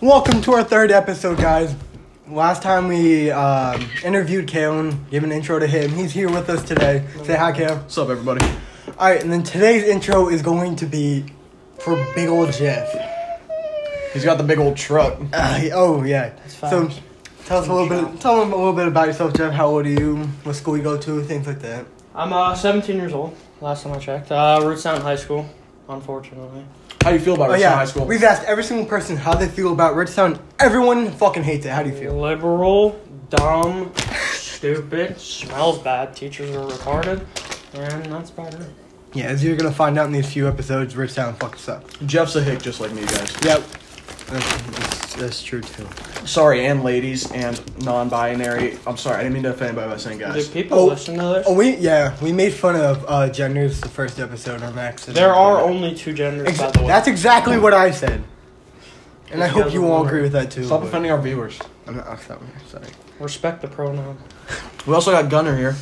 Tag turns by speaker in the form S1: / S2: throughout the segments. S1: Welcome to our third episode, guys. Last time we um, interviewed Kalen, gave an intro to him. He's here with us today. Say hi, Kale.
S2: What's up, everybody?
S1: All right, and then today's intro is going to be for Big Old Jeff.
S2: He's got the big old truck.
S1: Uh, oh yeah. So, tell us a little bit. Tell them a little bit about yourself, Jeff. How old are you? What school you go to? Things like that.
S3: I'm uh, 17 years old. Last time I checked, uh, Roots Mountain High School. Unfortunately,
S2: How you feel about
S1: Oh
S2: Richmond
S1: yeah,
S2: High School?
S1: we've asked every single person how they feel about Redstone. Everyone fucking hates it. How do you feel?
S3: liberal, dumb, stupid, smells bad. Teachers are retarded, and that's about it.
S1: Yeah, as you're gonna find out in these few episodes, Redstone fucking sucks.
S2: Jeff's a hick just like me, guys.
S1: Yep. That's, that's, that's true too.
S2: Sorry, and ladies and non-binary. I'm sorry, I didn't mean to offend anybody by saying
S3: Do
S2: guys.
S3: people
S1: Oh.
S3: listen to this?
S1: Oh, we yeah, we made fun of uh, genders the first episode on accident.
S3: There are only two genders,
S1: Ex-
S3: by the way.
S1: that's exactly what I said, and I
S3: You
S1: hope
S3: guys
S1: you
S3: are
S1: all
S3: boring.
S1: agree with that too.
S2: Stop
S1: but-
S2: offending our viewers.
S1: I'm not. I'm sorry. sorry.
S3: Respect the pronoun.
S2: We also got Gunner here.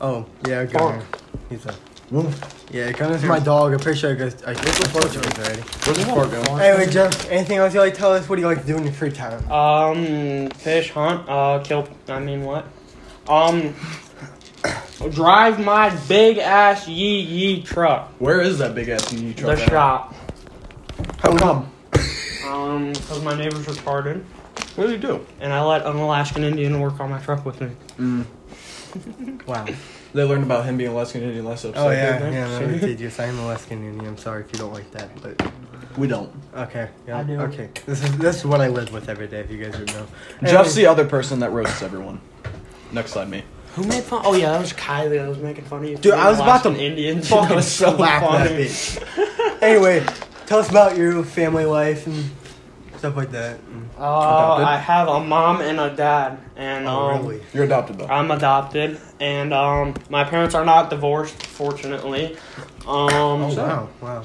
S1: Oh yeah,
S3: Bark.
S1: Gunner. He's a
S2: Woof.
S1: yeah. Gunner's my dog. I'm pretty sure I guess I guess the photo already.
S2: Where's the fart going?
S1: Anyway, Jeff, anything else you like to tell us? What do you like to do in your free time?
S3: Um, fish hunt. Uh, kill. I mean what? Um, drive my big ass yee yee truck.
S2: Where is that big ass EU truck?
S3: the
S2: at?
S3: shop.
S2: How come?
S3: Um, because my neighbor's retarded.
S2: What did he do?
S3: and I let an Alaskan Indian work on my truck with me.
S1: Wow.
S2: They learned about him being Alaskan Indian last episode.
S1: Oh yeah,
S3: good,
S1: yeah.
S3: man.
S1: That was tedious. I am Alaskan Indian. I'm sorry if you don't like that, but
S2: We don't.
S1: okay. Yeah.
S3: I do.
S1: Okay. This is this is what I live with every day. If you guys didn't know.
S2: Jeff's
S1: Anyway,
S2: the other person that roasts everyone. Next slide, me.
S3: Who made fun? Oh yeah, that was Kylie that was making fun of you.
S1: Dude, I was about to
S3: Alaskan Indian.
S1: fucking
S3: That was so
S1: slap that
S3: funny.
S1: bitch. anyway, tell us about your family life and stuff like that.
S3: Uh,
S2: Adopted?
S3: I have a mom and a dad, and um,
S1: Oh, really?
S2: You're adopted though.
S3: I'm adopted, and um, my parents are not divorced, fortunately.
S1: Oh
S3: Um,
S1: wow, wow.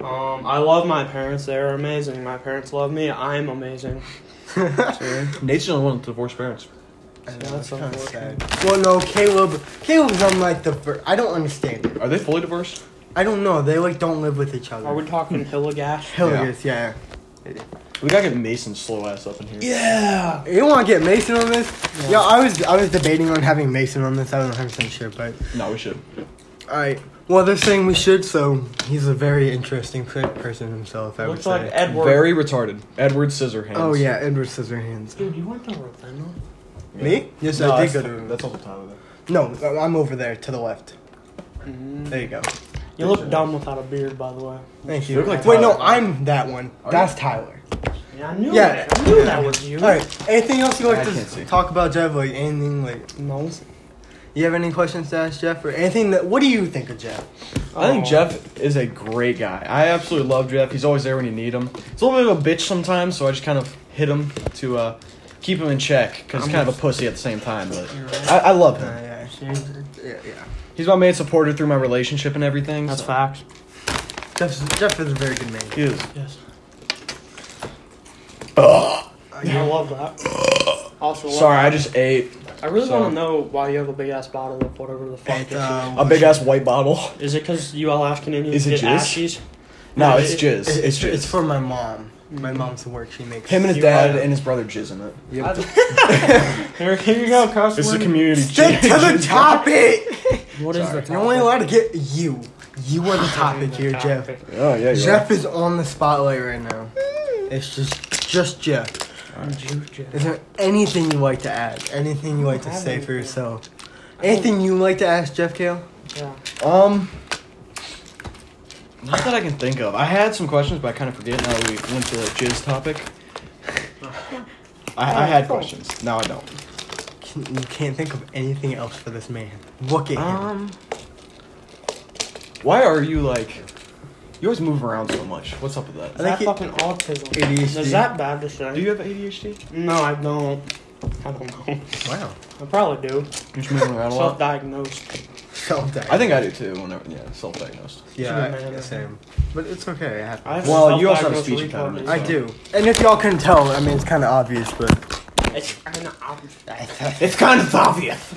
S3: um, um, I love my parents. They are amazing. My parents love me. I'm amazing.
S2: Nate's the only one with divorced parents.
S3: Yeah, that's
S1: kinda
S3: unfortunate.
S1: sad. Well, no, Caleb. Caleb's on like the. Fir- I don't understand it.
S2: Are they fully divorced?
S1: I don't know. They like don't live with each other.
S3: Are we talking Hillagash?
S1: Hell yes, yeah.
S2: We gotta get Mason slow ass up in here.
S3: Yeah.
S1: You want to get Mason on this? Yeah. Yo, I was I was debating on having Mason on this. I wasn't 100 percent sure, but
S2: No, we should.
S1: all right. Well, they're saying we should, so he's a very interesting per- person himself. I
S3: Looks
S1: would
S3: like
S1: say.
S3: Edward.
S2: Very retarded. Edward Scissorhands.
S1: oh yeah, Edward Scissorhands.
S3: Dude, you went to Ravenna?
S2: Yeah.
S1: Me? Yes,
S2: No,
S1: I
S2: that's,
S1: did go to.
S2: that's all the time with it.
S1: no, I- I'm over there to the left. There you go.
S3: Mm-hmm. You look dumb without a beard, by the way.
S1: Thank you.
S2: look like
S1: Wait, no,
S2: Tyler.
S1: I'm that one.
S2: Are
S1: That's Tyler.
S3: Yeah, I knew
S1: Yeah.
S3: that. I knew that was you.
S1: All right. Anything else you like
S2: I
S1: to
S2: can't
S1: s-
S2: see.
S1: talk about, Jeff? Like anything? Like
S3: No.
S1: you have any questions to ask Jeff or anything that? What do you think of Jeff?
S2: Uh, I think
S3: Oh.
S2: Jeff is a great guy. I absolutely love Jeff. He's always there when you need him. He's a little bit of a bitch sometimes, so I just kind of hit him to uh, keep him in check because he's kind of a pussy at the same time. But I, I love
S1: Uh,
S2: him.
S1: yeah, yeah, yeah.
S2: He's my main supporter through my relationship and everything.
S3: That's
S2: so-
S3: facts.
S1: Jeff's, Jeff is a very good man.
S2: He is.
S3: Yes.
S1: Uh,
S3: I
S1: yeah.
S3: love that. Also, love-
S2: Sorry, I just ate
S3: I really
S2: Sorry.
S3: want to know why you have a big ass bottle of whatever the fuck
S1: And,
S3: this
S1: uh,
S2: a big ass white bottle.
S3: is. Is it because you Alaskan Indians
S2: Is it
S3: get
S2: jizz?
S3: ashies?
S2: No,
S3: No,
S2: it's
S3: it-
S2: jizz.
S1: It's,
S2: It's
S1: it's,
S2: jizz.
S1: for my mom. My
S2: Mm-hmm.
S1: mom's the work she makes.
S2: Him and his
S3: You
S2: dad
S3: are-
S2: and his brother jizz in it.
S1: Yep.
S3: Here, here you go, customer.
S2: It's a community.
S1: Stick to the
S2: jizz.
S1: topic.
S3: What is the
S1: You're only allowed to get you. You are the topic
S3: topic?
S1: here, Jeff.
S3: Topic.
S2: Oh yeah, you
S1: Jeff is on the spotlight right now. It's just just Jeff.
S3: You, Jeff.
S1: Is there anything you like to add? Anything you like to say for yourself? Anything you like to ask Jeff Kale?
S3: Yeah.
S2: Um, not that I can think of. I had some questions, but I kind of forget now that we went to the jizz topic. I, I had questions. Now I don't.
S1: Can- You can't think of anything else for this man. Look at him.
S2: Um, why are you like? You always move around so much. What's up with
S1: I
S2: that?
S3: Is
S1: think
S3: that
S1: he-
S3: fucking autism?
S1: ADHD.
S3: Is that bad to say?
S2: Do you have ADHD?
S3: no, I don't. I don't know.
S1: Wow.
S3: I probably do.
S2: You're just moving around a lot.
S3: Self-diagnosed.
S1: Self
S2: I think I do too. Whenever yeah, self-diagnosed.
S1: Yeah,
S3: Should be
S1: I-
S3: mad.
S1: same. But it's okay. It happens.
S3: I have
S2: Well,
S3: a
S2: you also have a
S3: self-diagnosed
S2: speech
S3: retard
S2: impediment,
S1: I
S3: disease.
S1: do. And if y'all can tell, I mean, it's kind of obvious, but
S3: It's kind of obvious.
S2: It's kind of obvious.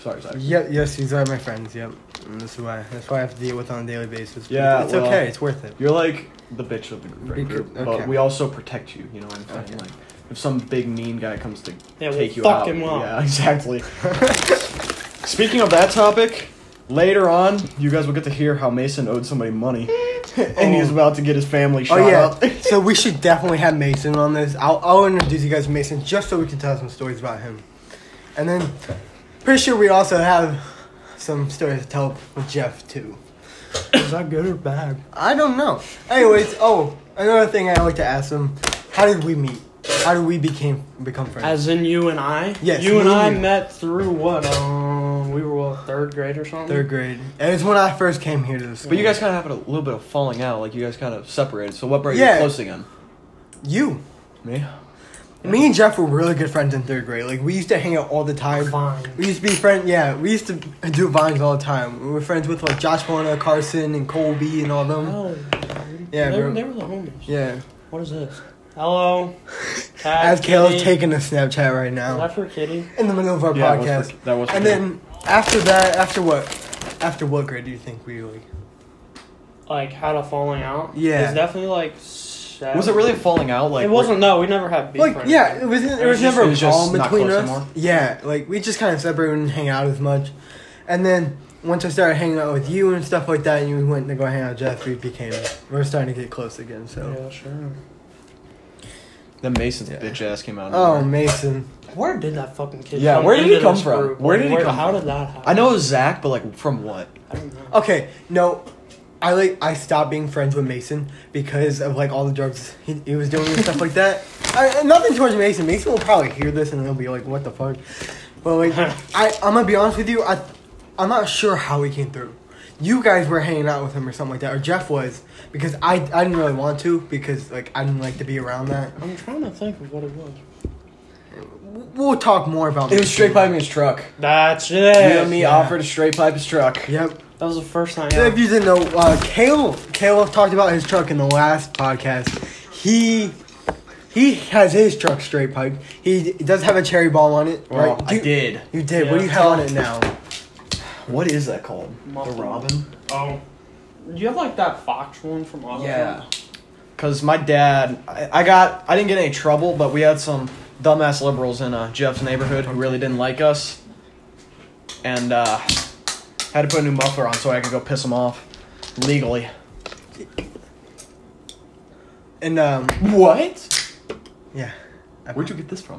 S2: Sorry, sorry.
S1: yeah, yes, these are my friends. Yep. And that's why. That's why I have to deal with it on a daily basis. But
S2: Yeah,
S1: it's
S2: well-
S1: okay. It's worth it.
S2: You're like the bitch of the group, right?
S1: Because- okay.
S2: but we also protect you. You know what I'm saying?
S1: Okay.
S2: Like if some big mean guy comes to
S3: Yeah, we'll
S2: take you
S3: fuck
S2: out,
S3: him up.
S2: yeah, exactly. Speaking of that topic, later on you guys will get to hear how Mason owed somebody money, and he's about to get his family shot
S1: Oh
S2: up.
S1: yeah. so we should definitely have Mason on this. I'll, I'll introduce you guys to Mason just so we can tell some stories about him. And then, pretty sure we also have some stories to tell with Jeff too. Is that good or bad? I don't know. Anyways, oh, another thing I like to ask him: How did we meet? How did we became become friends?
S3: As in you and I?
S1: Yes,
S3: You and
S1: me and
S3: I
S1: you.
S3: met through what? Um, we were what, third grade or something?
S1: Third grade. And it's when I first came here to this.
S2: But you guys kind of have a little bit of falling out. Like you guys kind of separated. So what brought
S1: Yeah.
S2: you close again?
S1: You.
S2: Me.
S1: Me and Jeff were really good friends in third grade. Like we used to hang out all the time.
S3: Vine.
S2: Um,
S1: We used to be friends. Yeah, we used to do vines all the time. We were friends with like Josh Warner, Carson, and Colby, and all them.
S3: Oh,
S1: Yeah,
S3: they, were-
S1: bro.
S3: they were the homies.
S1: Yeah.
S3: What is this? Hello.
S1: As Kale's
S3: taking.
S1: taking a Snapchat right
S3: Is
S1: now
S3: that for Kitty?
S1: in the middle of our
S2: Yeah, that was
S1: podcast,
S2: for- that was. for
S1: and
S2: me.
S1: then after that, after what, after what grade do you think we like?
S3: Like had a falling out?
S1: Yeah.
S3: It's definitely like. Seven.
S2: was it really a falling out? Like
S3: it wasn't. No, we never had beef. or
S1: Like
S3: anything.
S1: yeah, it was
S3: It
S1: there was
S3: was just-
S1: never
S2: it
S1: a
S2: was just
S1: problem
S2: not
S1: between
S2: close
S1: us.
S2: anymore?
S1: Yeah, like we just kind of separated and hang out as much, and then once I started hanging out with you and stuff like that, and you went to go hang out with Jeff, we became we are starting to get close again. So
S3: Yeah, sure.
S2: Then Mason's
S1: Yeah.
S2: bitch ass came out. of
S1: oh
S2: nowhere.
S1: Mason,
S3: Where did that fucking kid?
S2: Yeah,
S3: come
S2: where did he
S3: into
S2: come
S3: this
S2: from?
S3: group?
S2: Where did he come
S3: How
S2: from?
S3: did that happen?
S2: I know it was Zach, but like from what?
S3: I don't know.
S1: okay, no, I like I stopped being friends with Mason because of like all the drugs he, he was doing and stuff like that. I, and nothing towards Mason. Mason will probably hear this and he'll be like, "What the fuck?" But like, I I'm gonna be honest with you, I I'm not sure how he came through. You guys were hanging out with him or something like that, or Jeff was because I I didn't really want to because like I didn't like to be around that.
S3: I'm trying to think of what it was.
S1: W- We'll talk more about.
S2: It was
S1: Mason.
S2: straight piping his truck.
S3: That's it.
S2: you and me
S1: yeah.
S2: offered to straight pipe his truck.
S1: Yep.
S3: That was the first time.
S1: So if you didn't know, uh, Kale Kale talked about his truck in the last podcast. He he has his truck straight pipe. He d- does have a cherry ball on it,
S2: Well,
S1: right?
S2: I
S1: You-
S2: did.
S1: You did.
S3: Yeah.
S1: What do you have on it now?
S2: What is that called?
S3: Muffin.
S2: The Robin.
S3: Oh. Do you have like that fox one from Oz?
S2: Cause my dad, I, I got, I didn't get any trouble, but we had some dumbass liberals in uh, Jeff's neighborhood who really didn't like us, and uh, had to put a new muffler on so I could go piss them off legally.
S1: And um,
S2: What?
S1: yeah. I
S2: Where'd you get this from?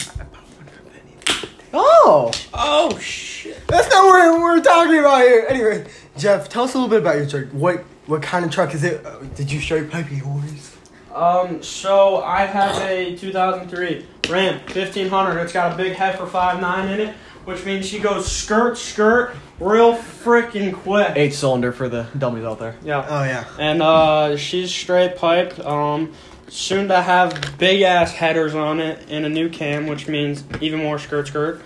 S1: Oh,
S3: Oh shit.
S1: that's not what we're talking about here. Anyway, Jeff, tell us a little bit about your truck. What what kind of truck is it? Uh, did you straight pipe yours?
S3: Um. So I have a 2003 Ram 1500. It's got a big heifer 5.9 in it, which means she goes skirt skirt real freaking quick.
S2: Eight cylinder for the dummies out there.
S3: Yeah.
S1: Oh yeah.
S3: and uh, she's straight piped. Um, soon to have big ass headers on it and a new cam, which means even more skirt skirt.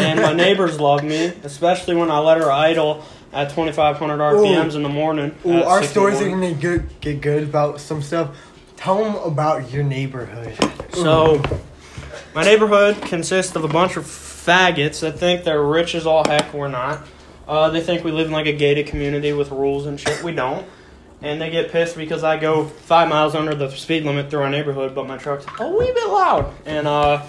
S3: And my neighbors love me, especially when I let her idle at 2,500 RPMs in the morning.
S2: Uh,
S1: Well,
S3: at
S1: our
S3: six in the
S1: stories are
S3: morning.
S1: gonna get get good about some stuff. Tell them about your neighborhood.
S3: So, my neighborhood consists of a bunch of faggots that think they're rich as all heck. We're not. Uh, they think we live in like a gated community with rules and shit. We don't. And they get pissed because I go five miles under the speed limit through our neighborhood, but my truck's a wee bit loud. And uh,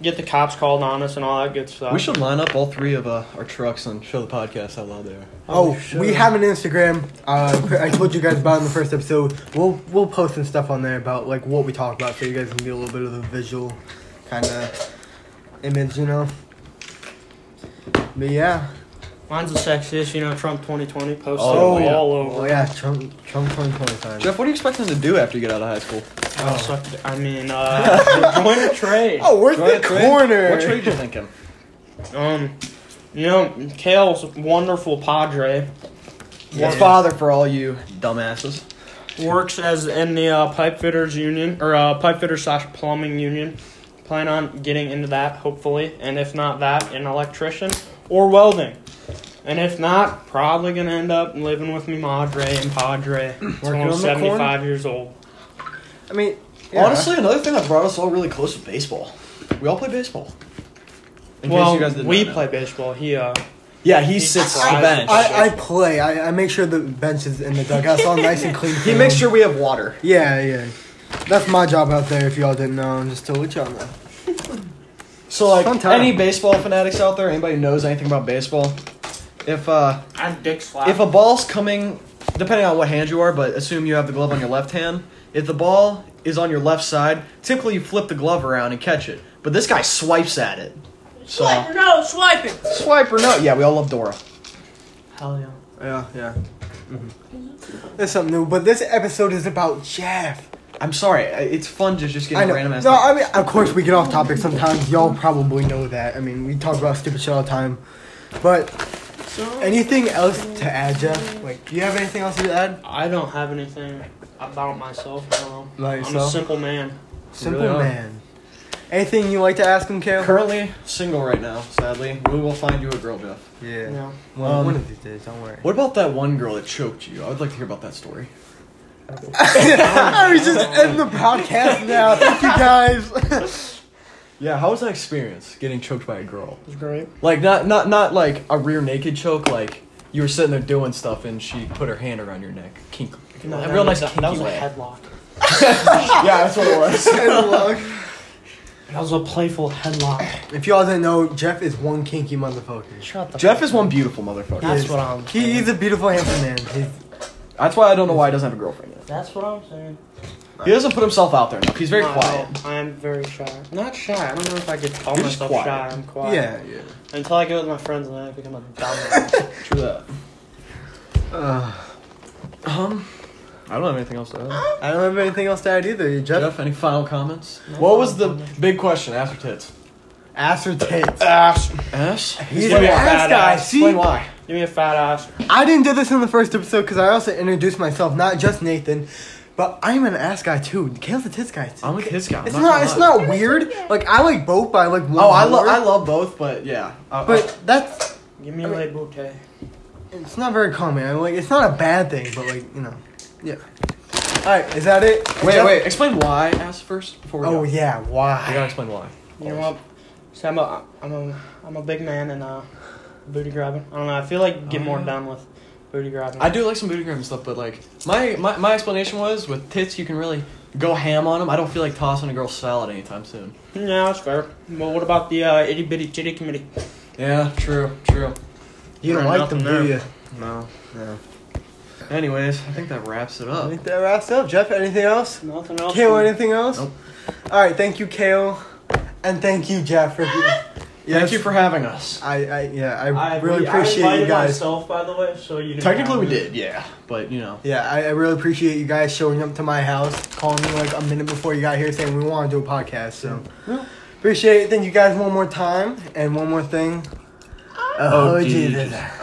S3: get the cops called on us and all that good stuff.
S2: We should line up all three of uh, our trucks and show the podcast how loud they are.
S1: Oh,
S3: shit.
S1: we have an Instagram. Uh, I told you guys about it in the first episode. We'll we'll post some stuff on there about like what we talk about, so you guys can get a little bit of the visual kind of image, you know. But yeah,
S3: Mine's the sexiest, you know, Trump 2020 posted
S2: Oh, yeah.
S3: all
S1: oh
S3: over.
S1: yeah, Trump Trump twenty twenty times.
S2: Jeff, what are you expecting to do after you get out of high school?
S3: I, sucked- I mean, uh, join a trade.
S1: Oh, where's
S2: Join a
S1: the
S2: trade?
S1: corner?
S2: What trade you thinking?
S3: Um, you know, Kale's wonderful padre
S1: Yeah.
S2: Father for all you dumbasses.
S3: works as in the uh, pipe fitters union or uh, pipe fitters slash plumbing union. Plan on getting into that hopefully, and if not that, an electrician or welding. And if not, probably gonna end up living with me madre and padre. until
S1: on
S3: I'm
S1: the
S3: seventy five
S1: corn?
S3: years old.
S1: I mean, yeah.
S2: Honestly, another thing that brought us all really close was baseball. We all play baseball. In
S3: well,
S2: case you guys didn't
S3: we
S2: know.
S3: play baseball. He uh,
S2: Yeah, he
S3: He
S2: sits the
S3: tries.
S2: bench.
S1: I, I play. I, I make sure the benches and the dugouts all nice and clean.
S2: he
S1: for
S2: makes
S1: them.
S2: sure we have water.
S1: Yeah, yeah. That's my job out there. If y'all didn't know, just to let y'all know.
S2: So
S1: Fun
S2: like
S1: time.
S2: any baseball fanatics out there, anybody who knows anything about baseball, if uh
S3: I'm dick slap.
S2: if a ball's coming, depending on what hand you are, but assume you have the glove on your left hand. If the ball is on your left side, typically you flip the glove around and catch it. But this guy swipes at it. So
S4: Swiper, no, swiping.
S2: swipe or no? Yeah, we all love Dora.
S3: Hell yeah.
S1: Yeah, yeah. That's something new. But this episode is about Jeff.
S2: I'm sorry. I- It's fun to just get
S1: I
S2: a
S1: know.
S2: random ass.
S1: No, I mean, of course we get off topic sometimes. Y'all probably know that. I mean, we talk about stupid shit all the time. But anything else to add, Jeff? Like, do you have anything else to add?
S3: I don't have anything about myself. No.
S1: About
S3: I'm a
S1: yourself?
S3: simple man.
S1: Simple
S2: Really?
S1: man. Anything you like to ask him, Kale?
S2: Currently single right now, sadly. We will find you a girl, Jeff.
S1: yeah.
S3: You know.
S1: Well,
S2: Um,
S1: one of these days. Don't worry.
S2: What about that one girl that choked you? I would like to hear about that story.
S1: I was just end the podcast now. Thank you guys.
S2: Yeah, how was that experience getting choked by a girl?
S3: It's great.
S2: Like not not not like a rear naked choke. Like you were sitting there doing stuff and she put her hand around your neck. Kink. a real nice
S3: that,
S2: kinky
S3: that was a
S2: way.
S3: headlock.
S2: yeah, that's what it was.
S1: And look,
S3: That was a playful headlock.
S1: if y'all didn't know, Jeff is one kinky motherfucker.
S3: Shut the.
S2: Jeff is one beaufuul motherfucker.
S3: That's
S1: is-
S3: what I'm.
S1: He,
S3: saying.
S1: he's a beautiful, handsome man. He's,
S2: That's why I don't know why he doesn't have a girlfriend yet.
S3: That's what I'm saying.
S2: He doesn't put himself out there enough. He's very
S3: No,
S2: quiet.
S3: I'm very shy. Not shy. I don't know if I could call
S2: You're just
S3: myself
S2: quiet.
S3: shy. I'm quiet.
S1: yeah, yeah.
S3: Until I go with my friends and then I become a dumbass.
S2: True that.
S1: Uh,
S2: Um, I don't have anything else to
S3: Um,
S2: add.
S1: I don't have anything else to add either. Jeff,
S2: Jeff, any final comments?
S3: No
S2: what was the
S3: final comments.
S2: big question? Ass or tits?
S1: ass or tits?
S3: ass.
S2: Ass.
S1: Ah, He's
S3: gonna
S1: an
S3: be a
S1: ass
S3: fat
S1: guy.
S3: ass.
S1: See,
S2: Explain why.
S3: Give me a fat ass.
S1: I didn't do this in the first episode because I also introduced myself, not just Nathan, but I'm an ass guy too. Kale's a tits guy. Too.
S2: I'm a tits guy. I'm
S1: it's
S2: not
S1: not.
S2: gonna
S1: It's
S2: lie.
S1: not weird. Like I like both, but I like one.
S2: Oh, I love
S1: more.
S2: I love both, but yeah. Uh,
S1: But that's
S3: Give me a
S1: I mean-
S3: late bouquet.
S1: it's not very common. I mean, like it's not a bad thing, but like you know, yeah. All right, is that it?
S2: wait,
S1: Jeff-
S2: wait. Explain why ass first before we
S1: Oh
S2: go.
S1: yeah,
S2: You gotta
S1: why?
S2: explain why.
S3: You know what? So I'm a I'm a I'm a big man and uh booty grabbing. I don't know. I feel like get
S2: Oh,
S3: more
S2: yeah.
S3: done with booty grabbing.
S2: I do like some booty and stuff, but like my, my my explanation was with tits you can really go ham on them. I don't feel like tossing a girl's salad anytime soon.
S3: Yeah, that's fair. Well, what about the uh, itty bitty chitty committee?
S2: Yeah, true, true.
S1: You don't
S3: Right,
S1: like them,
S3: nothing
S1: do you?
S3: there.
S2: No, no. Anyways, I think that wraps it
S1: I
S2: up.
S1: think that wraps up. Jeff, anything else?
S3: Nothing else.
S1: Kale, anything else?
S2: Nope.
S1: All right, thank you, Kale, and thank you, Jeff. For,
S2: Thank you for having us.
S1: I, I, yeah, I, really appreciate you guys.
S3: myself, by the way, so you.
S2: Technically, we did, yeah, but you know.
S1: Yeah, I, I really appreciate you guys showing up to my house, calling me like a minute before you got here, saying we want to do a podcast. So
S2: Yeah.
S1: appreciate it. Thank you guys one more time, and one more thing.
S2: Oh,
S1: Oh, Jesus.
S2: Jesus.